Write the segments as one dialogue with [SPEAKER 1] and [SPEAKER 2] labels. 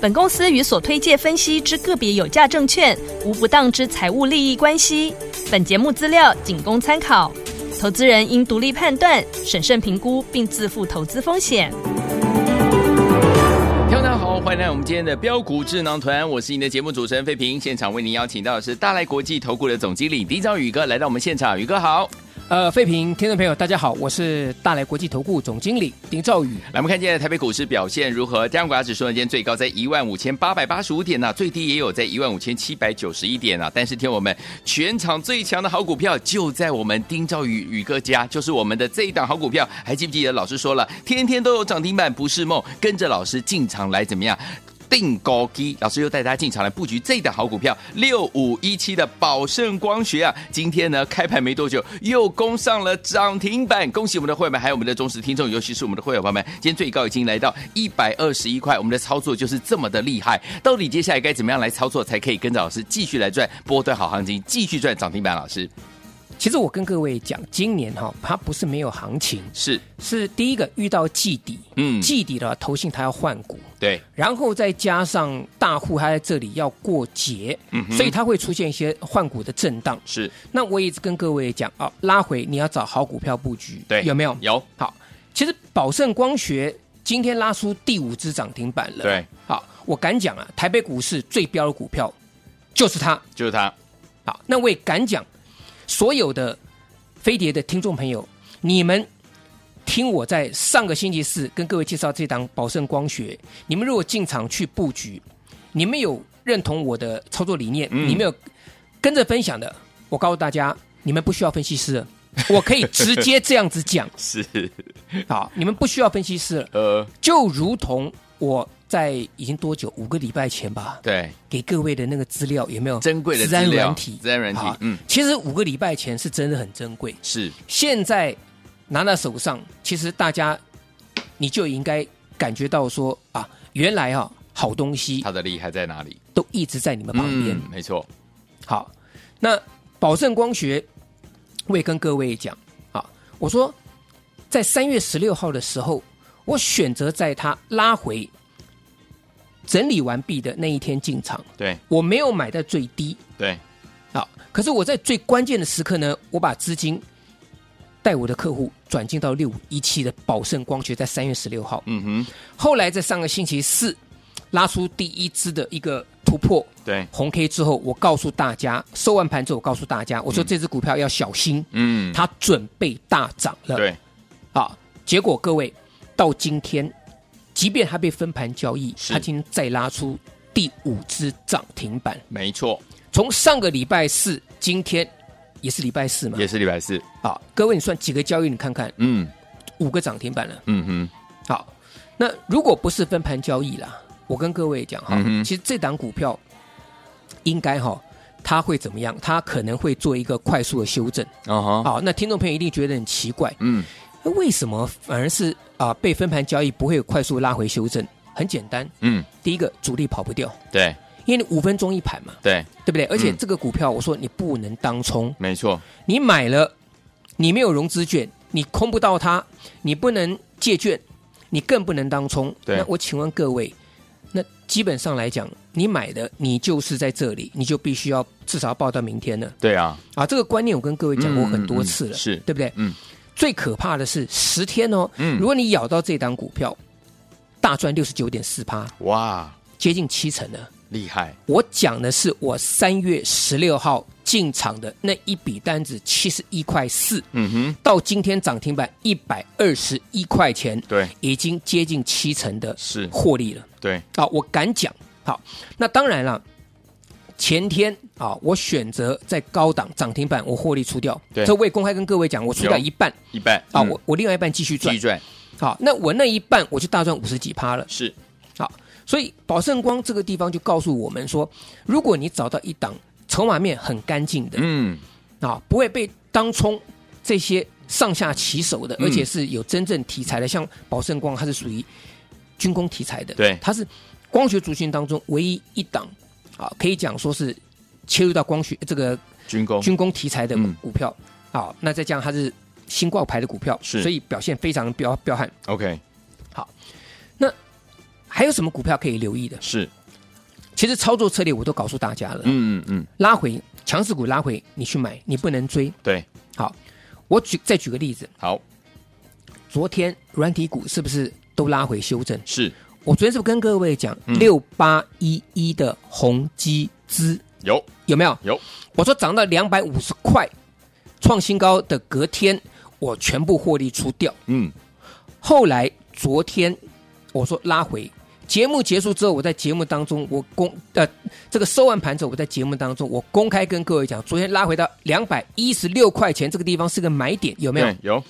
[SPEAKER 1] 本公司与所推介分析之个别有价证券无不当之财务利益关系。本节目资料仅供参考，投资人应独立判断、审慎评估并自负投资风险。
[SPEAKER 2] 听众大家好，欢迎来到我们今天的标股智囊团，我是您的节目主持人费平。现场为您邀请到的是大来国际投顾的总经理李兆宇哥来到我们现场，宇哥好。
[SPEAKER 3] 呃，费平，听众朋友，大家好，我是大来国际投顾总经理丁兆宇。
[SPEAKER 2] 来，我们看今天的台北股市表现如何？加权股价指数呢，今天最高在15,885点呐、最低也有在15,791点啊。但是听我们，全场最强的好股票就在我们丁兆宇宇哥家，就是我们的这一档好股票。还记不记得老师说了，天天都有涨停板不是梦，跟着老师进场来怎么样？定高基，老师又带大家进场来布局这一档好股票六五一七的宝盛光学啊，今天呢开盘没多久又攻上了涨停板，恭喜我们的会员们，还有我们的忠实听众，尤其是我们的会员朋友们，今天最高已经来到一百二十一块，我们的操作就是这么的厉害。到底接下来该怎么样来操作才可以跟着老师继续来赚波段好行情，继续赚涨停板？老师
[SPEAKER 3] 其实我跟各位讲，今年哈、它不是没有行情，
[SPEAKER 2] 是
[SPEAKER 3] 是第一个遇到季底，
[SPEAKER 2] 嗯
[SPEAKER 3] 季底的话投信它要换股，
[SPEAKER 2] 对，
[SPEAKER 3] 然后再加上大户他在这里要过节，
[SPEAKER 2] 嗯哼
[SPEAKER 3] 所以它会出现一些换股的震荡。
[SPEAKER 2] 是
[SPEAKER 3] 那我也一直跟各位讲啊、拉回你要找好股票布局，
[SPEAKER 2] 对，
[SPEAKER 3] 有没有？
[SPEAKER 2] 有，
[SPEAKER 3] 好，其实宝盛光学今天拉出第五只涨停板了。
[SPEAKER 2] 对，
[SPEAKER 3] 好，我敢讲啊，台北股市最标的股票就是它。
[SPEAKER 2] 就是它，
[SPEAKER 3] 好，那我也敢讲，所有的飞碟的听众朋友，你们听我在上个星期四跟各位介绍这档宝盛光学，你们如果进场去布局，你们有认同我的操作理念，
[SPEAKER 2] 嗯
[SPEAKER 3] 你们有跟着分享的，我告诉大家，你们不需要分析师了，我可以直接这样子讲。
[SPEAKER 2] 是
[SPEAKER 3] 好，你们不需要分析师了，
[SPEAKER 2] 呃，
[SPEAKER 3] 就如同我在已经多久五个礼拜前吧，
[SPEAKER 2] 对，
[SPEAKER 3] 给各位的那个资料有没有
[SPEAKER 2] 珍贵的
[SPEAKER 3] 自然
[SPEAKER 2] 资料
[SPEAKER 3] 软体？
[SPEAKER 2] 自然软体
[SPEAKER 3] 好
[SPEAKER 2] 嗯，
[SPEAKER 3] 其实五个礼拜前是真的很珍贵，
[SPEAKER 2] 是
[SPEAKER 3] 现在拿到手上，其实大家你就应该感觉到说啊，原来啊好东西
[SPEAKER 2] 它的厉害在哪里？嗯
[SPEAKER 3] 都一直在你们旁边。
[SPEAKER 2] 没错，
[SPEAKER 3] 好，那宝盛光学，我也跟各位讲啊，我说在三月十六号的时候，我选择在它拉回整理完毕的那一天进场，
[SPEAKER 2] 对
[SPEAKER 3] 我没有买在最低
[SPEAKER 2] 对，
[SPEAKER 3] 啊，可是我在最关键的时刻呢，我把资金带我的客户转进到六五一七的宝盛光学，在三月十六号，
[SPEAKER 2] 嗯哼，
[SPEAKER 3] 后来在上个星期四拉出第一支的一个突破，
[SPEAKER 2] 对，
[SPEAKER 3] 红 K 之后，我告诉大家，收完盘之后，我告诉大家，我说这只股票要小心，
[SPEAKER 2] 嗯，
[SPEAKER 3] 它准备大涨了。，
[SPEAKER 2] 对，
[SPEAKER 3] 啊，结果各位到今天，即便它被分盘交易，
[SPEAKER 2] 是
[SPEAKER 3] 它今天再拉出第五只涨停板。
[SPEAKER 2] 没错，
[SPEAKER 3] 从上个礼拜四，今天也是礼拜四嘛，
[SPEAKER 2] 也是礼拜四，
[SPEAKER 3] 啊，各位你算几个交易，你看看
[SPEAKER 2] 嗯
[SPEAKER 3] 五个涨停板了。
[SPEAKER 2] 嗯哼，
[SPEAKER 3] 好，那如果不是分盘交易啦，我跟各位讲哈，
[SPEAKER 2] 嗯哼
[SPEAKER 3] 其实这档股票应该哈，它会怎么样？它可能会做一个快速的修正。
[SPEAKER 2] 哦哈，
[SPEAKER 3] 好，那听众朋友一定觉得很奇怪，
[SPEAKER 2] 嗯，
[SPEAKER 3] 那为什么反而是啊、被分盘交易不会有快速拉回修正？很简单，
[SPEAKER 2] 嗯，
[SPEAKER 3] 第一个主力跑不掉，
[SPEAKER 2] 对
[SPEAKER 3] 因为你五分钟一盘嘛，
[SPEAKER 2] 对，
[SPEAKER 3] 对不对？而且
[SPEAKER 2] 嗯
[SPEAKER 3] 这个股票我说你不能当冲，
[SPEAKER 2] 没错，
[SPEAKER 3] 你买了，你没有融资券，你空不到它，你不能借券，你更不能当冲。
[SPEAKER 2] 对
[SPEAKER 3] 那我请问各位，那基本上来讲，你买的你就是在这里，你就必须要至少要报到明天了
[SPEAKER 2] 对啊，
[SPEAKER 3] 啊！这个观念我跟各位讲过
[SPEAKER 2] 嗯
[SPEAKER 3] 很多次了，
[SPEAKER 2] 嗯嗯是
[SPEAKER 3] 对不对？
[SPEAKER 2] 嗯
[SPEAKER 3] 最可怕的是十天哦，
[SPEAKER 2] 嗯
[SPEAKER 3] 如果你咬到这档股票，大赚六十九点四趴，
[SPEAKER 2] 哇，
[SPEAKER 3] 接近七成了。
[SPEAKER 2] 厉害，
[SPEAKER 3] 我讲的是我三月十六号进场的那一笔单子，七十一块四。
[SPEAKER 2] 嗯哼，
[SPEAKER 3] 到今天涨停板一百二十一块钱，
[SPEAKER 2] 对
[SPEAKER 3] 已经接近七成的
[SPEAKER 2] 是
[SPEAKER 3] 获利了
[SPEAKER 2] 对，
[SPEAKER 3] 啊！我敢讲，好，那当然了，前天啊，我选择在高档涨停板我获利出掉，
[SPEAKER 2] 对
[SPEAKER 3] 这我也公开跟各位讲，我出掉
[SPEAKER 2] 有
[SPEAKER 3] 一半
[SPEAKER 2] 一半
[SPEAKER 3] 啊，
[SPEAKER 2] 嗯
[SPEAKER 3] 我我另外一半继续
[SPEAKER 2] 继
[SPEAKER 3] 赚
[SPEAKER 2] 续，赚
[SPEAKER 3] 好，那我那一半我就大赚五十几趴了，
[SPEAKER 2] 是，
[SPEAKER 3] 好，所以宝盛光这个地方就告诉我们说，如果你找到一档筹码面很干净的，
[SPEAKER 2] 嗯，
[SPEAKER 3] 啊，不会被当冲这些上下其手的，
[SPEAKER 2] 嗯
[SPEAKER 3] 而且是有真正题材的，像宝盛光，它是属于军工题材的，
[SPEAKER 2] 对
[SPEAKER 3] 它是光学族群当中唯一一档啊，可以讲说是切入到光学这个
[SPEAKER 2] 军工，
[SPEAKER 3] 军工题材的
[SPEAKER 2] 嗯
[SPEAKER 3] 股票啊，那再加上它是新挂牌的股票，
[SPEAKER 2] 是
[SPEAKER 3] 所以表现非常彪彪悍。
[SPEAKER 2] OK
[SPEAKER 3] 还有什么股票可以留意的？
[SPEAKER 2] 是，
[SPEAKER 3] 其实操作策略我都告诉大家了，
[SPEAKER 2] 嗯嗯嗯，
[SPEAKER 3] 拉回强势股拉回你去买，你不能追。
[SPEAKER 2] 对，
[SPEAKER 3] 好，我举再举个例子，
[SPEAKER 2] 好
[SPEAKER 3] 昨天软体股是不是都拉回修正？
[SPEAKER 2] 是
[SPEAKER 3] 我昨天是不是跟各位讲
[SPEAKER 2] 嗯
[SPEAKER 3] 六八一一的宏基资
[SPEAKER 2] 有
[SPEAKER 3] 有没有？
[SPEAKER 2] 有，
[SPEAKER 3] 我说涨到两百五十块创新高的隔天，我全部获利出掉。
[SPEAKER 2] 嗯
[SPEAKER 3] 后来昨天我说拉回，节目结束之后，我在节目当中我公呃这个收完盘之后，我在节目当中我公开跟各位讲，昨天拉回到两百一十六块钱这个地方是个买点，有没有
[SPEAKER 2] 嗯对？有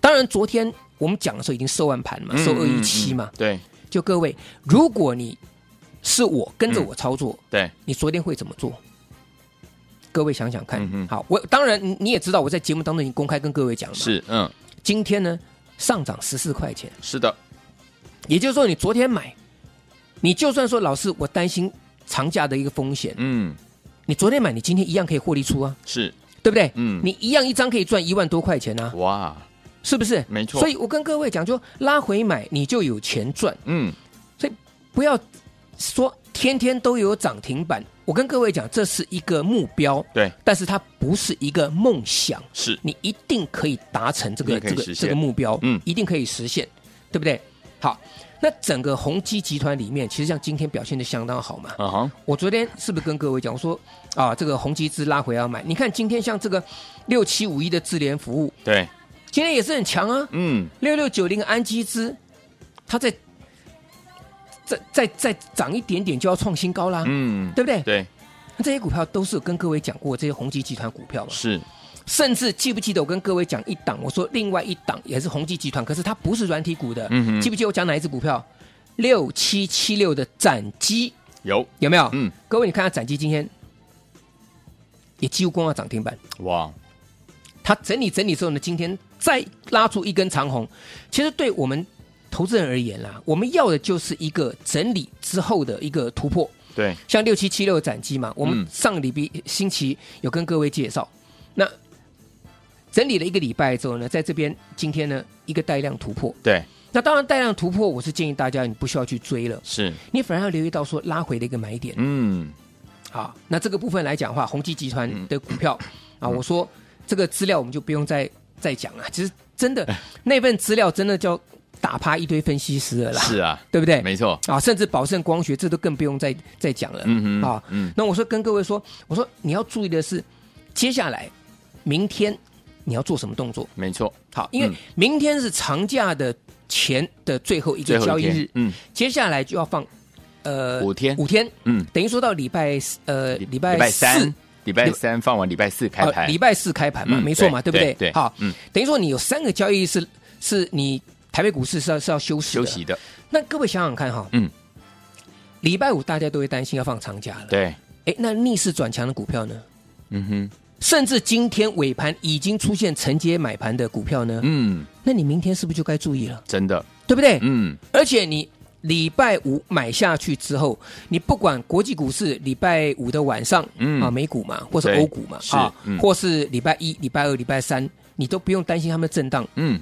[SPEAKER 3] 当然昨天我们讲的时候已经收完盘嘛，收二一七嘛，，
[SPEAKER 2] 嗯嗯嗯对
[SPEAKER 3] 就各位，如果你是我跟
[SPEAKER 2] 嗯
[SPEAKER 3] 着我操作，
[SPEAKER 2] 对
[SPEAKER 3] 你昨天会怎么做？各位想想看。
[SPEAKER 2] 嗯哼
[SPEAKER 3] 好，我当然你你也知道，我在节目当中已经公开跟各位讲了。
[SPEAKER 2] 是，嗯
[SPEAKER 3] 今天呢上涨十四块钱，
[SPEAKER 2] 是的，
[SPEAKER 3] 也就是说你昨天买，你就算说老师我担心长假的一个风险，
[SPEAKER 2] 嗯
[SPEAKER 3] 你昨天买，你今天一样可以获利出啊，
[SPEAKER 2] 是，
[SPEAKER 3] 对不对？
[SPEAKER 2] 嗯
[SPEAKER 3] 你一样一张可以赚一万多块钱啊，
[SPEAKER 2] 哇，
[SPEAKER 3] 是不是？
[SPEAKER 2] 没错
[SPEAKER 3] 所以我跟各位讲，就拉回买你就有钱赚。
[SPEAKER 2] 嗯
[SPEAKER 3] 不要说天天都有涨停板。我跟各位讲，这是一个目标，
[SPEAKER 2] 对
[SPEAKER 3] 但是它不是一个梦想，
[SPEAKER 2] 是，
[SPEAKER 3] 你一定可以达成这
[SPEAKER 2] 一
[SPEAKER 3] 个
[SPEAKER 2] 定可以
[SPEAKER 3] 这个
[SPEAKER 2] 实现
[SPEAKER 3] 这个目标，
[SPEAKER 2] 嗯
[SPEAKER 3] 一定可以实现，对不对？好，那整个宏基集团里面，其实像今天表现的相当好嘛。
[SPEAKER 2] 啊哈，
[SPEAKER 3] 我昨天是不是跟各位讲说啊，这个宏基资拉回要买？你看今天像这个六七五一的智联服务，
[SPEAKER 2] 对，
[SPEAKER 3] 今天也是很强啊，
[SPEAKER 2] 嗯
[SPEAKER 3] 六六九零安基资，它再再再再涨一点点就要创新高啦，
[SPEAKER 2] 嗯
[SPEAKER 3] 对不对？
[SPEAKER 2] 对
[SPEAKER 3] 那这些股票都是有跟各位讲过，这些宏基集团股票嘛，
[SPEAKER 2] 是，
[SPEAKER 3] 甚至记不记得我跟各位讲一档，我说另外一档也是宏基集团，可是它不是软体股的，
[SPEAKER 2] 嗯哼
[SPEAKER 3] 记不记得我讲哪一只股票？六七七六的斩基
[SPEAKER 2] 有，
[SPEAKER 3] 有没有？
[SPEAKER 2] 嗯
[SPEAKER 3] 各位你看它斩基今天也几乎攻到涨停板。
[SPEAKER 2] 哇，
[SPEAKER 3] 它整理整理之后呢，今天再拉出一根长红，其实对我们投资人而言啦，我们要的就是一个整理之后的一个突破。
[SPEAKER 2] 对
[SPEAKER 3] 像六七七六斩机嘛，我们
[SPEAKER 2] 嗯
[SPEAKER 3] 上个礼拜星期有跟各位介绍，那整理了一个礼拜之后呢，在这边今天呢一个带量突破。
[SPEAKER 2] 对
[SPEAKER 3] 那当然带量突破，我是建议大家你不需要去追了，
[SPEAKER 2] 是，
[SPEAKER 3] 你反而要留意到说拉回的一个买点。
[SPEAKER 2] 嗯
[SPEAKER 3] 好，那这个部分来讲的话，宏基集团的股票、
[SPEAKER 2] 嗯
[SPEAKER 3] 啊，我说这个资料我们就不用再再讲了。其实真的
[SPEAKER 2] 哎
[SPEAKER 3] 那份资料真的叫打趴一堆分析师了啦，
[SPEAKER 2] 是啊，
[SPEAKER 3] 对不对？
[SPEAKER 2] 没错，
[SPEAKER 3] 啊，甚至宝盛光学这都更不用再再讲了。
[SPEAKER 2] 嗯哼
[SPEAKER 3] 啊，
[SPEAKER 2] 嗯
[SPEAKER 3] 那我说跟各位说，我说你要注意的是，接下来明天你要做什么动作？
[SPEAKER 2] 没错，
[SPEAKER 3] 好，因为
[SPEAKER 2] 嗯
[SPEAKER 3] 明天是长假的前的最后一
[SPEAKER 2] 最
[SPEAKER 3] 个
[SPEAKER 2] 后
[SPEAKER 3] 交易
[SPEAKER 2] 天
[SPEAKER 3] 日，
[SPEAKER 2] 嗯
[SPEAKER 3] 接下来就要放呃
[SPEAKER 2] 五天
[SPEAKER 3] 五天，
[SPEAKER 2] 嗯，
[SPEAKER 3] 等于说到礼拜四呃礼拜
[SPEAKER 2] 三
[SPEAKER 3] 四，
[SPEAKER 2] 礼拜三放完，礼拜四开
[SPEAKER 3] 呃
[SPEAKER 2] 盘，
[SPEAKER 3] 礼拜四开盘嘛，
[SPEAKER 2] 嗯
[SPEAKER 3] 没错嘛，
[SPEAKER 2] 对
[SPEAKER 3] 对不对？
[SPEAKER 2] 对对
[SPEAKER 3] 好，
[SPEAKER 2] 嗯
[SPEAKER 3] 等于说你有三个交易日是是你台北股市是要是要休息
[SPEAKER 2] 休
[SPEAKER 3] 的
[SPEAKER 2] 息。的，
[SPEAKER 3] 那各位想想看哈，
[SPEAKER 2] 嗯，
[SPEAKER 3] 礼拜五大家都会担心要放长假了，
[SPEAKER 2] 对，
[SPEAKER 3] 哎，那逆势转强的股票呢？
[SPEAKER 2] 嗯哼，
[SPEAKER 3] 甚至今天尾盘已经出现承接买盘的股票呢，
[SPEAKER 2] 嗯，
[SPEAKER 3] 那你明天是不是就该注意了？
[SPEAKER 2] 真的，
[SPEAKER 3] 对不对？
[SPEAKER 2] 嗯
[SPEAKER 3] 而且你礼拜五买下去之后，你不管国际股市礼拜五的晚上，
[SPEAKER 2] 嗯
[SPEAKER 3] 啊，美股嘛，或是
[SPEAKER 2] 对
[SPEAKER 3] 欧股嘛，
[SPEAKER 2] 是
[SPEAKER 3] 啊，
[SPEAKER 2] 嗯
[SPEAKER 3] 或是礼拜一、礼拜二、礼拜三，你都不用担心它们震荡，
[SPEAKER 2] 嗯，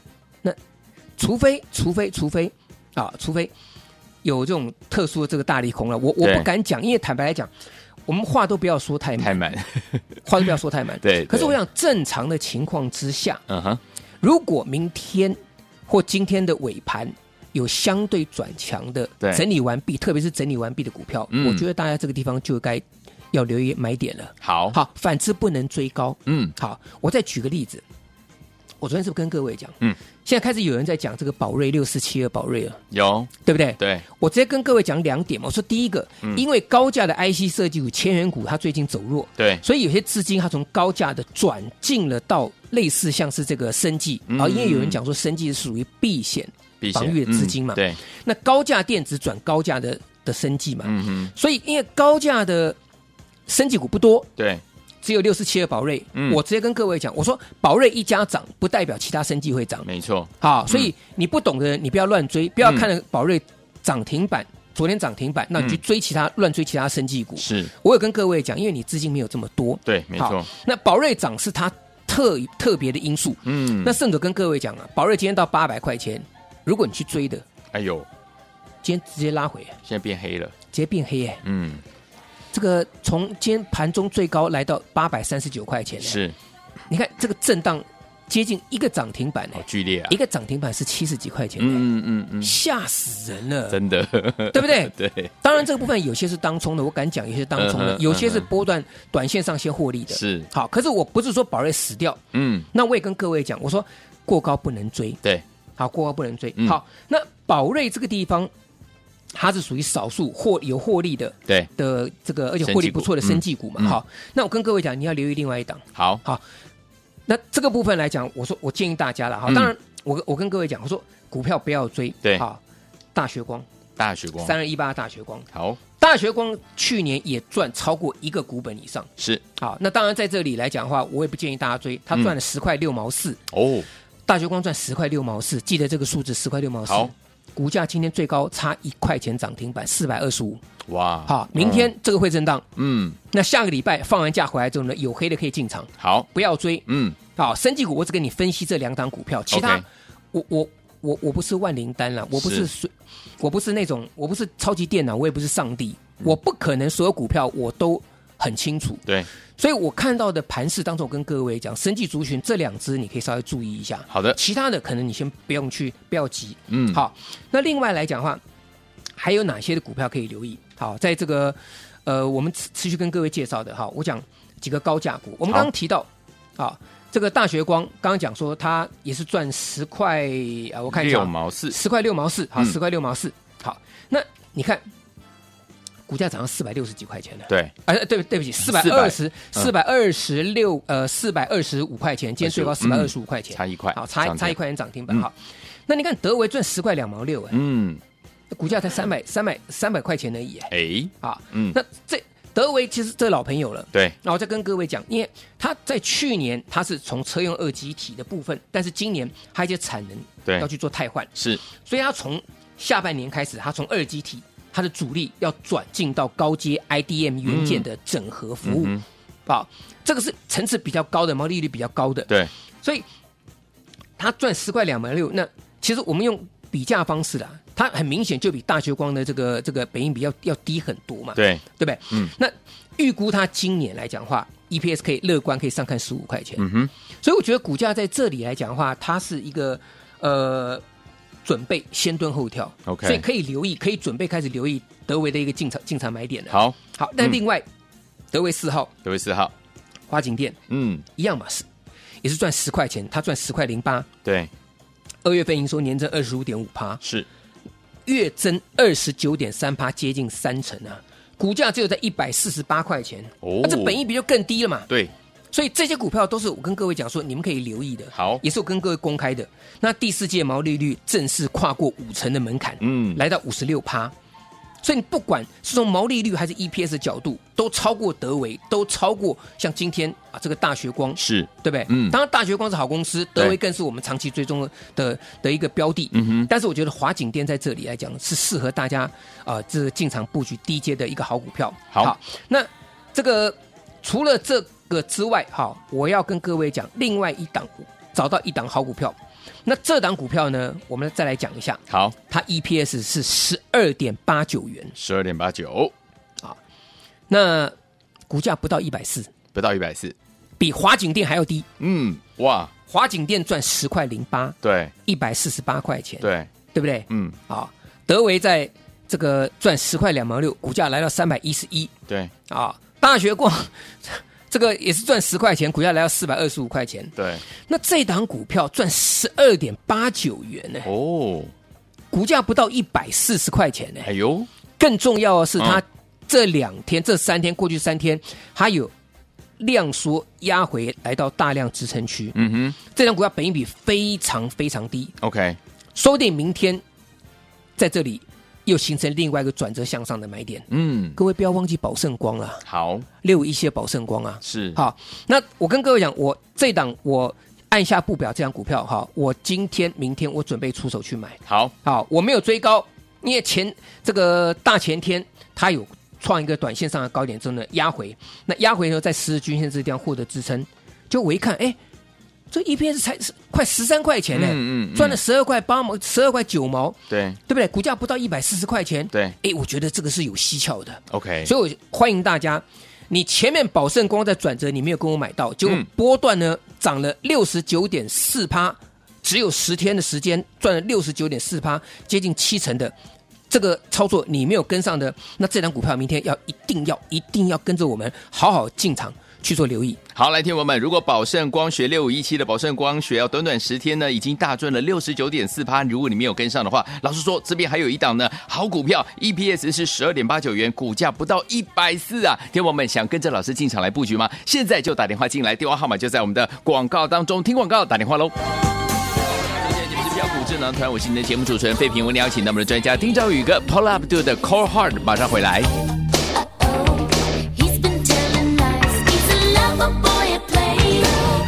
[SPEAKER 3] 除非、除非、除非啊，除非有这种特殊的这个大利空了。我我
[SPEAKER 2] 对
[SPEAKER 3] 不敢讲，因为坦白来讲，我们话都不要说太满，
[SPEAKER 2] 太满，
[SPEAKER 3] 话都不要说太满。
[SPEAKER 2] 对对
[SPEAKER 3] 可是我想，正常的情况之下，
[SPEAKER 2] 嗯哼，
[SPEAKER 3] 如果明天或今天的尾盘有相对转强的
[SPEAKER 2] 对
[SPEAKER 3] 整理完毕，特别是整理完毕的股票，
[SPEAKER 2] 嗯
[SPEAKER 3] 我觉得大家这个地方就该要留意买点了。
[SPEAKER 2] 好，，
[SPEAKER 3] 好，反之不能追高。
[SPEAKER 2] 嗯
[SPEAKER 3] 好，我再举个例子，我昨天是不是跟各位讲，
[SPEAKER 2] 嗯，
[SPEAKER 3] 现在开始有人在讲这个宝瑞六四七二宝瑞了，
[SPEAKER 2] 有，
[SPEAKER 3] 对不对？
[SPEAKER 2] 对，嗯
[SPEAKER 3] 我直接跟各位讲两点嘛，我说第一个，因为高价的 IC 设计股、千元股它最近走弱，
[SPEAKER 2] 对，
[SPEAKER 3] 所以有些资金它从高价的转进了到类似像是这个生计
[SPEAKER 2] 嗯
[SPEAKER 3] 啊，因为有人讲说生计是属于避险，
[SPEAKER 2] 避险
[SPEAKER 3] 防御的资金嘛
[SPEAKER 2] 嗯对，
[SPEAKER 3] 那高价电子转高价的的生计嘛。
[SPEAKER 2] 嗯哼，
[SPEAKER 3] 所以因为高价的生技股不多，
[SPEAKER 2] 对，
[SPEAKER 3] 只有六四七二宝瑞。
[SPEAKER 2] 嗯
[SPEAKER 3] 我直接跟各位讲，我说宝瑞一家涨，不代表其他生技会涨。
[SPEAKER 2] 没错，
[SPEAKER 3] 好，所以你不懂的人，你不要乱追，不要看
[SPEAKER 2] 嗯
[SPEAKER 3] 了宝瑞涨停板，昨天涨停板，那你去追其他乱追其他生技股。
[SPEAKER 2] 是
[SPEAKER 3] 我有跟各位讲，因为你资金没有这么多。
[SPEAKER 2] 对，没错
[SPEAKER 3] 好，，那宝瑞涨是它特特别的因素。
[SPEAKER 2] 嗯，
[SPEAKER 3] 那盛总跟各位讲啊，宝瑞今天到八百块钱，如果你去追的，
[SPEAKER 2] 哎呦，
[SPEAKER 3] 今天直接拉回，啊
[SPEAKER 2] 现在变黑了，
[SPEAKER 3] 直接变黑耶、
[SPEAKER 2] 嗯，
[SPEAKER 3] 这个从今天盘中最高来到八百三十九块钱、，
[SPEAKER 2] 是，
[SPEAKER 3] 你看这个震荡接近一个涨停板呢、
[SPEAKER 2] 好剧烈啊
[SPEAKER 3] 一，个涨停板是七十几块钱、呢
[SPEAKER 2] 嗯嗯嗯嗯，
[SPEAKER 3] 吓死人了，
[SPEAKER 2] 真的，
[SPEAKER 3] 对 不对？
[SPEAKER 2] 对，
[SPEAKER 3] 当然这个部分有些是当冲的，我敢讲有些当冲
[SPEAKER 2] 嗯
[SPEAKER 3] 的，
[SPEAKER 2] 哼
[SPEAKER 3] 有些是
[SPEAKER 2] 嗯哼
[SPEAKER 3] 波段短线上先获利的。
[SPEAKER 2] 是，
[SPEAKER 3] 好，可是我不是说宝瑞死掉，
[SPEAKER 2] 嗯，
[SPEAKER 3] 那我也跟各位讲，我说过高不能追，
[SPEAKER 2] 对，
[SPEAKER 3] 好，过高不能追。
[SPEAKER 2] 嗯
[SPEAKER 3] 好，那宝瑞这个地方，它是属于少数获有获利的
[SPEAKER 2] 对，
[SPEAKER 3] 的这个，而且
[SPEAKER 2] 生
[SPEAKER 3] 获利
[SPEAKER 2] 技股
[SPEAKER 3] 不错的生技股嘛。
[SPEAKER 2] 嗯嗯
[SPEAKER 3] 好，那我跟各位讲，你要留意另外一档。
[SPEAKER 2] 好，
[SPEAKER 3] 那这个部分来讲，我说我建议大家了哈，
[SPEAKER 2] 嗯
[SPEAKER 3] 当然我我跟各位讲，我说股票不要追，
[SPEAKER 2] 对
[SPEAKER 3] 好，大学光
[SPEAKER 2] 大雪光，
[SPEAKER 3] 三二一八大学光，
[SPEAKER 2] 好，
[SPEAKER 3] 大学光去年也赚超过一个股本以上。
[SPEAKER 2] 是，
[SPEAKER 3] 好，那当然在这里来讲的话，我也不建议大家追，它
[SPEAKER 2] 嗯
[SPEAKER 3] 赚了十块六毛四、
[SPEAKER 2] 哦，
[SPEAKER 3] 大学光赚十块六毛四，记得这个数字十块六毛四
[SPEAKER 2] 好。
[SPEAKER 3] 股价今天最高差一块钱涨停板四百二十五，
[SPEAKER 2] 哇，
[SPEAKER 3] 好，明天这个会震荡。
[SPEAKER 2] 嗯，
[SPEAKER 3] 那下个礼拜放完假回来之后呢，有黑的可以进场，
[SPEAKER 2] 嗯，好，
[SPEAKER 3] 不要追。
[SPEAKER 2] 嗯，
[SPEAKER 3] 好，生技股我只给你分析这两档股票，其他
[SPEAKER 2] OK
[SPEAKER 3] 我我我我不是万灵丹了，我不是
[SPEAKER 2] 是
[SPEAKER 3] 水，我不是那种，我不是超级电脑，我也不是上帝，我不可能所有股票我都很清楚。
[SPEAKER 2] 对，
[SPEAKER 3] 所以我看到的盘势当中，我跟各位讲，生技族群这两只你可以稍微注意一下，
[SPEAKER 2] 好的，
[SPEAKER 3] 其他的可能你先不用去，不要急。
[SPEAKER 2] 嗯，，
[SPEAKER 3] 好，那另外来讲的话，还有哪些的股票可以留意？好，在这个呃，我们持持续跟各位介绍的哈，我讲几个高价股。我们
[SPEAKER 2] 好
[SPEAKER 3] 刚刚提到，啊，这个大学光刚刚讲说它也是赚十块啊，我看一下
[SPEAKER 2] 六
[SPEAKER 3] 啊，
[SPEAKER 2] 毛四，
[SPEAKER 3] 十块六毛四，好，
[SPEAKER 2] 嗯
[SPEAKER 3] 十块六毛四，好，那你看。股价涨到四百六十几块钱了，
[SPEAKER 2] 对，
[SPEAKER 3] 啊，对，对不起，四百二十，四
[SPEAKER 2] 嗯
[SPEAKER 3] 百二十六，呃，四百二十五块钱，今天最高四百二十五块钱，
[SPEAKER 2] 哎嗯差一块，
[SPEAKER 3] 好，差
[SPEAKER 2] 上
[SPEAKER 3] 差一
[SPEAKER 2] 天，
[SPEAKER 3] 块钱涨停板。
[SPEAKER 2] 嗯
[SPEAKER 3] 好，那你看德维赚十块两毛六，哎，
[SPEAKER 2] 嗯，
[SPEAKER 3] 股价才三百三百三百块钱而已，哎，
[SPEAKER 2] 哎，
[SPEAKER 3] 啊，
[SPEAKER 2] 嗯，
[SPEAKER 3] 那这德维其实这老朋友了。
[SPEAKER 2] 对，
[SPEAKER 3] 那我再跟各位讲，因为他在去年他是从车用二极体的部分，但是今年他一些产能
[SPEAKER 2] 对
[SPEAKER 3] 要去做汰换，
[SPEAKER 2] 是，
[SPEAKER 3] 所以他从下半年开始，他从二极体它的主力要转进到高阶 IDM 元件的整合服务，
[SPEAKER 2] 嗯哼，
[SPEAKER 3] 好，这个是层次比较高的，毛利率比较高的，
[SPEAKER 2] 对，
[SPEAKER 3] 所以他赚十块两毛六，那其实我们用比价方式啦，它很明显就比大学光的这个这个北音比较要低很多嘛，
[SPEAKER 2] 对，
[SPEAKER 3] 对不对？
[SPEAKER 2] 嗯，
[SPEAKER 3] 那预估它今年来讲的话，EPS 可以乐观可以上看十五块钱，
[SPEAKER 2] 嗯哼，
[SPEAKER 3] 所以我觉得股价在这里来讲的话，它是一个呃准备先蹲后跳
[SPEAKER 2] OK
[SPEAKER 3] 所以可以留意，可以准备开始留意德维的一个进场进场买点的。，
[SPEAKER 2] 好，
[SPEAKER 3] 好，那
[SPEAKER 2] 嗯
[SPEAKER 3] 另外、德维四号
[SPEAKER 2] 各位四号，
[SPEAKER 3] 花景店
[SPEAKER 2] 嗯，
[SPEAKER 3] 一样嘛，是也是赚十块钱，它赚十块零八。
[SPEAKER 2] 对，
[SPEAKER 3] 二月份营收年增二十五点五趴，
[SPEAKER 2] 是，
[SPEAKER 3] 月增二十九点三趴，接近三成啊！股价只有在一百四十八块钱，
[SPEAKER 2] 哦
[SPEAKER 3] 那、这本益比就更低了嘛。
[SPEAKER 2] 对，
[SPEAKER 3] 所以这些股票都是我跟各位讲说，你们可以留意的，
[SPEAKER 2] 好
[SPEAKER 3] 也是我跟各位公开的。那第四届毛利率正式跨过五成的门槛，
[SPEAKER 2] 嗯
[SPEAKER 3] 来到五十六趴。所以你不管是从毛利率还是 EPS 的角度，都超过德维，都超过像今天啊这个大学光，
[SPEAKER 2] 是，
[SPEAKER 3] 对不对？
[SPEAKER 2] 嗯
[SPEAKER 3] 当然大学光是好公司，
[SPEAKER 2] 对
[SPEAKER 3] 德威更是我们长期追踪的的一个标的。
[SPEAKER 2] 嗯哼
[SPEAKER 3] 但是我觉得华景店在这里来讲是适合大家啊、呃这个进场布局低阶的一个好股票。
[SPEAKER 2] 好
[SPEAKER 3] 那这个除了这个之外，哈，我要跟各位讲另外一档找到一档好股票。那这档股票呢，我们再来讲一下，
[SPEAKER 2] 好，
[SPEAKER 3] 它 EPS 是十二点八九元，
[SPEAKER 2] 十二点八九，哦
[SPEAKER 3] 那股价不到一百四，
[SPEAKER 2] 不到一百四，
[SPEAKER 3] 比华景店还要低。
[SPEAKER 2] 嗯，哇，
[SPEAKER 3] 华景店赚十块零八，
[SPEAKER 2] 对，
[SPEAKER 3] 一百四十八块钱，
[SPEAKER 2] 对，
[SPEAKER 3] 对不对？
[SPEAKER 2] 嗯，
[SPEAKER 3] 啊，德维在这个赚十块两毛六，股价来到三百一十一
[SPEAKER 2] 对，
[SPEAKER 3] 啊。大学逛这个也是赚十块钱，股价来到四百二十五块钱。
[SPEAKER 2] 对，
[SPEAKER 3] 那这档股票赚十二点八九元呢、
[SPEAKER 2] 哦，
[SPEAKER 3] 股价不到一百四十块钱呢、
[SPEAKER 2] 哎呦，
[SPEAKER 3] 更重要的是，它
[SPEAKER 2] 嗯
[SPEAKER 3] 这两天、这三天、过去三天，它有量缩压回来到大量支撑区。
[SPEAKER 2] 嗯哼
[SPEAKER 3] 这档股票本益比非常非常低，
[SPEAKER 2] ，OK，
[SPEAKER 3] 说不定明天在这里又形成另外一个转折向上的买点。
[SPEAKER 2] 嗯，
[SPEAKER 3] 各位不要忘记宝盛光啊，
[SPEAKER 2] 好，
[SPEAKER 3] 六一些宝盛光啊。
[SPEAKER 2] 是，
[SPEAKER 3] 好，那我跟各位讲，我这档我按下不表这张股票哈，我今天明天我准备出手去买。
[SPEAKER 2] 好，
[SPEAKER 3] 好，啊我没有追高，因为前这个大前天它有创一个短线上的高点之后呢压回，那压回呢在十日均线这地方获得支撑，就我一看，哎，这 EPS 才是快十三块钱呢、
[SPEAKER 2] 嗯嗯嗯
[SPEAKER 3] 赚了十二块八毛，十二块九毛，
[SPEAKER 2] 对
[SPEAKER 3] 对不对？股价不到一百四十块钱，
[SPEAKER 2] 对
[SPEAKER 3] 哎，我觉得这个是有蹊跷的，
[SPEAKER 2] ，OK，
[SPEAKER 3] 所以我欢迎大家。你前面宝盛光在转折，你没有跟我买到，结果
[SPEAKER 2] 嗯
[SPEAKER 3] 波段呢涨了六十九点四趴，只有十天的时间赚了六十九点四趴，接近七成的这个操作你没有跟上的，那这档股票明天要一定要一定要跟着我们好好进场去做留意。
[SPEAKER 2] 好，来，听友们，如果宝盛光学六五一七的宝盛光学啊，短短十天呢，已经大赚了六十九点四趴。如果你没有跟上的话，老实说，这边还有一档呢，好股票，EPS 是十二点八九元，股价不到一百四啊。听友们想跟着老师进场来布局吗？现在就打电话进来，电话号码就在我们的广告当中，听广告打电话喽。标股智囊团，我是你的节目主持人费平，我们邀请到我们的专家丁兆宇哥 Pull Up Do 的 Core Hard，马上回来。
[SPEAKER 4] He's been telling lies. He's a lover boy at play.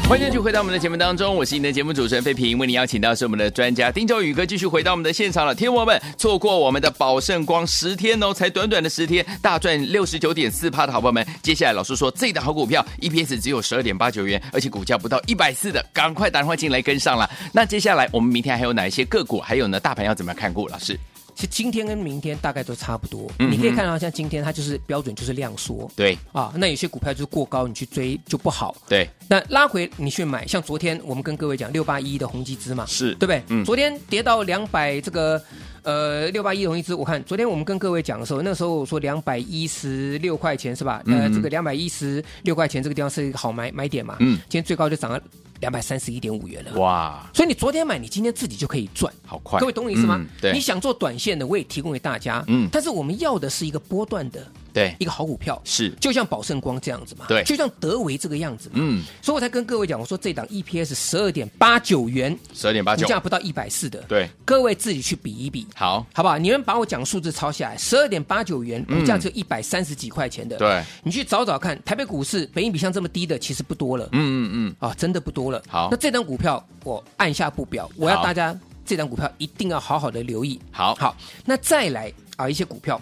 [SPEAKER 2] 欢迎继续回到我们的节目当中，我是你的节目主持人费平，为你邀请到是我们的专家丁兆宇哥，继续回到我们的现场了。天王们，错过我们的宝盛光十天哦，才短短的十天，大赚六十九点四趴的好朋友们，接下来老师说这档好股票 EPS 只有十二点八九元，而且股价不到一百四的，赶快打电话进来跟上了。那接下来我们明天还有哪一些个股，还有呢大盘要怎么样看股？老师，
[SPEAKER 3] 其实今天跟明天大概都差不多，
[SPEAKER 2] 嗯哼
[SPEAKER 3] 你可以看到像今天它就是标准就是量缩
[SPEAKER 2] 对
[SPEAKER 3] 啊，那有些股票就是过高，你去追就不好。
[SPEAKER 2] 对，
[SPEAKER 3] 那拉回你去买，像昨天我们跟各位讲六八一的宏基资嘛，
[SPEAKER 2] 是
[SPEAKER 3] 对不对？
[SPEAKER 2] 嗯
[SPEAKER 3] 昨天跌到两百这个呃六八一宏基资，我看昨天我们跟各位讲的时候，那时候我说两百一十六块钱是吧？
[SPEAKER 2] 嗯
[SPEAKER 3] 呃，
[SPEAKER 2] 嗯
[SPEAKER 3] 这个两百一十六块钱这个地方是一个好买买点嘛。
[SPEAKER 2] 嗯
[SPEAKER 3] 今天最高就涨了两百三十一点五元了。
[SPEAKER 2] 哇，
[SPEAKER 3] 所以你昨天买，你今天自己就可以赚。
[SPEAKER 2] 好快，
[SPEAKER 3] 各位懂我意思吗？
[SPEAKER 2] 嗯对，
[SPEAKER 3] 你想做短线的，我也提供给大家。
[SPEAKER 2] 嗯
[SPEAKER 3] 但是我们要的是一个波段的
[SPEAKER 2] 对
[SPEAKER 3] 一个好股票，
[SPEAKER 2] 是，
[SPEAKER 3] 就像宝盛光这样子嘛，
[SPEAKER 2] 对
[SPEAKER 3] 就像德维这个样子嘛。
[SPEAKER 2] 嗯，
[SPEAKER 3] 所以我才跟各位讲，我说这档 EPS 十二点八九元，
[SPEAKER 2] 十二点八
[SPEAKER 3] 股
[SPEAKER 2] 九，
[SPEAKER 3] 价不到一百四的，
[SPEAKER 2] 对，
[SPEAKER 3] 各位自己去比一比，
[SPEAKER 2] 好，
[SPEAKER 3] 好不好？你们把我讲数字抄下来，十二点八九元，
[SPEAKER 2] 嗯
[SPEAKER 3] 股价只有一百三十几块钱的，
[SPEAKER 2] 对，
[SPEAKER 3] 你去找找看，台北股市本益比像这么低的，其实不多了，
[SPEAKER 2] 嗯嗯嗯，
[SPEAKER 3] 啊，真的不多了。
[SPEAKER 2] 好
[SPEAKER 3] 那这档股票我按下不表，我要
[SPEAKER 2] 好
[SPEAKER 3] 大家这档股票一定要好好的留意。
[SPEAKER 2] 好
[SPEAKER 3] 好，那再来啊，一些股票，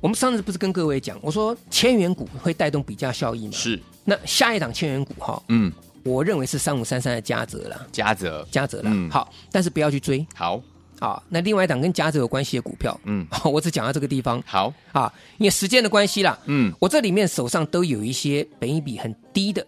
[SPEAKER 3] 我们上次不是跟各位讲，我说千元股会带动比价效益嘛？。
[SPEAKER 2] 是，
[SPEAKER 3] 那下一档千元股哈，
[SPEAKER 2] 嗯，
[SPEAKER 3] 我认为是三五三三的嘉泽啦，
[SPEAKER 2] 嘉泽，
[SPEAKER 3] 嘉泽啦。
[SPEAKER 2] 嗯
[SPEAKER 3] 好，但是不要去追
[SPEAKER 2] 好，
[SPEAKER 3] 啊。那另外一档跟嘉泽有关系的股票，
[SPEAKER 2] 嗯，
[SPEAKER 3] 我只讲到这个地方
[SPEAKER 2] 好，
[SPEAKER 3] 啊，因为时间的关系啦，
[SPEAKER 2] 嗯，
[SPEAKER 3] 我这里面手上都有一些本益比很低的，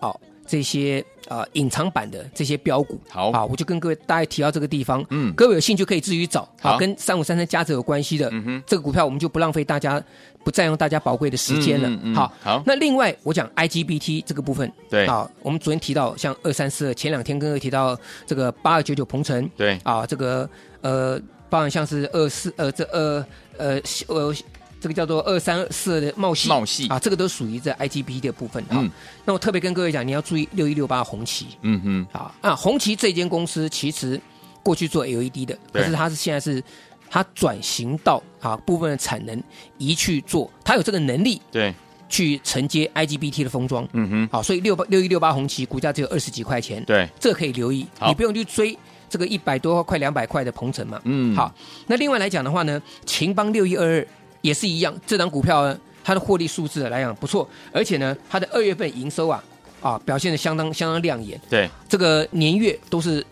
[SPEAKER 3] 哦，这些呃隐藏版的这些标股，
[SPEAKER 2] 好
[SPEAKER 3] 啊，我就跟各位大概提到这个地方，
[SPEAKER 2] 嗯
[SPEAKER 3] 各位有兴趣可以自己找，啊
[SPEAKER 2] 好
[SPEAKER 3] 跟三五三三嘉泽有关系的，
[SPEAKER 2] 嗯哼
[SPEAKER 3] 这个股票我们就不浪费大家不占用大家宝贵的时间了，
[SPEAKER 2] 嗯嗯嗯
[SPEAKER 3] 好，
[SPEAKER 2] 好
[SPEAKER 3] 那另外我讲 IGBT 这个部分，
[SPEAKER 2] 对
[SPEAKER 3] 啊，我们昨天提到像二三四，前两天跟各位提到这个八二九九鹏程，
[SPEAKER 2] 对
[SPEAKER 3] 啊，这个呃，包含像是二四呃这二呃西呃这个叫做二三四的茂系
[SPEAKER 2] 茂系
[SPEAKER 3] 啊，这个都属于这 IGB 的部分哈、
[SPEAKER 2] 嗯
[SPEAKER 3] 那我特别跟各位讲，你要注意六一六八红旗
[SPEAKER 2] 嗯哼，
[SPEAKER 3] 啊啊，红旗这间公司其实过去做 LED 的，
[SPEAKER 2] 对
[SPEAKER 3] 可是它是现在是它转型到啊部分的产能移去做，它有这个能力
[SPEAKER 2] 对，
[SPEAKER 3] 去承接 IGBT 的封装。
[SPEAKER 2] 嗯哼，
[SPEAKER 3] 好，所以六八六一六八红旗股价只有二十几块钱，
[SPEAKER 2] 对，
[SPEAKER 3] 这可以留意，
[SPEAKER 2] 好
[SPEAKER 3] 你不用去追这个一百多块、两百块的鹏程嘛。
[SPEAKER 2] 嗯
[SPEAKER 3] 好，那另外来讲的话呢，秦邦六一二二也是一样，这档股票呢，啊它的获利数字来讲不错，而且呢，它的二月份营收啊啊表现的相当相当亮眼，
[SPEAKER 2] 对，
[SPEAKER 3] 这个年月都是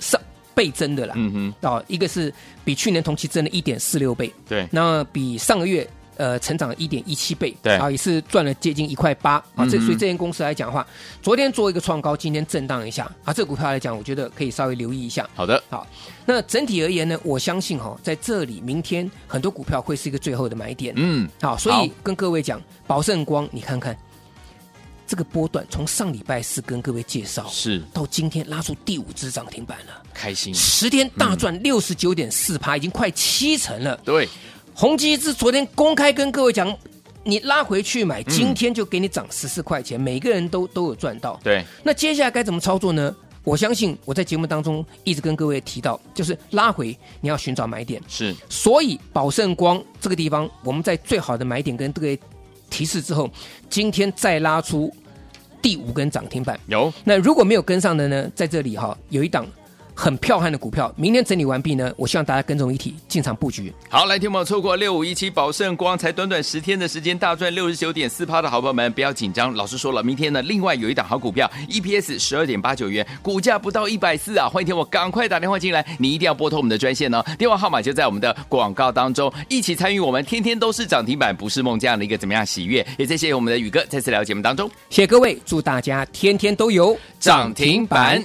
[SPEAKER 3] 上倍增的啦。
[SPEAKER 2] 嗯哼，
[SPEAKER 3] 啊，一个是比去年同期增了一点四六倍，
[SPEAKER 2] 对，
[SPEAKER 3] 那比上个月呃成长一点一七倍，
[SPEAKER 2] 对
[SPEAKER 3] 啊，也是赚了接近一块八啊。
[SPEAKER 2] 嗯
[SPEAKER 3] 这
[SPEAKER 2] 哼
[SPEAKER 3] 所以这间公司来讲的话，昨天做一个创高，今天震荡一下啊，这股票来讲，我觉得可以稍微留意一下。
[SPEAKER 2] 好的，
[SPEAKER 3] 好，那整体而言呢，我相信哈、哦，在这里明天很多股票会是一个最后的买点。
[SPEAKER 2] 嗯，
[SPEAKER 3] 好，所
[SPEAKER 2] 好
[SPEAKER 3] 以跟各位讲，宝盛光，你看看这个波段，从上礼拜四跟各位介绍
[SPEAKER 2] 是嗯
[SPEAKER 3] 到今天拉出第五只涨停板了，
[SPEAKER 2] 开心，
[SPEAKER 3] 十天大
[SPEAKER 2] 嗯
[SPEAKER 3] 赚六十九点四趴，已经快七成了。
[SPEAKER 2] 对，
[SPEAKER 3] 宏基之昨天公开跟各位讲，你拉回去买，今天就给你涨十四块钱，每个人都都有赚到。
[SPEAKER 2] 对，
[SPEAKER 3] 那接下来该怎么操作呢？我相信我在节目当中一直跟各位提到，就是拉回你要寻找买点。
[SPEAKER 2] 是
[SPEAKER 3] 所以宝盛光这个地方，我们在最好的买点跟各位提示之后，今天再拉出第五根涨停板。
[SPEAKER 2] 有
[SPEAKER 3] 那如果没有跟上的呢，在这里哈有一档很彪悍的股票，明天整理完毕呢，我希望大家跟踪一体进场布局。
[SPEAKER 2] 好，来，听我们错过六五一七宝盛光，才短短十天的时间大赚六十九点四趴的好朋友们，不要紧张。老师说了，明天呢，另外有一档好股票，EPS 十二点八九元，股价不到一百四啊！欢迎听我赶快打电话进来，你一定要拨通我们的专线哦，电话号码就在我们的广告当中，一起参与我们天天都是涨停板不是梦这样的一个怎么样喜悦？也谢谢我们的宇哥再次来到节目当中，
[SPEAKER 3] 谢谢各位，祝大家天天都有
[SPEAKER 2] 涨停板。